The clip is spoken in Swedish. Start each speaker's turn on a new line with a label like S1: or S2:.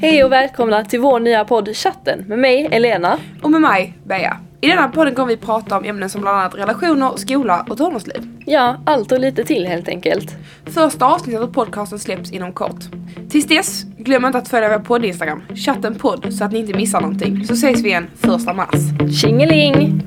S1: Hej och välkomna till vår nya podd Chatten med mig, Elena.
S2: Och med mig, Bea. I denna podden kommer vi prata om ämnen som bland annat relationer, skola och tonårsliv.
S1: Ja, allt och lite till helt enkelt.
S2: Första avsnittet av podcasten släpps inom kort. Tills dess, glöm inte att följa vår podd Instagram, chatten podd, så att ni inte missar någonting. Så ses vi igen första mars.
S1: Tjingeling!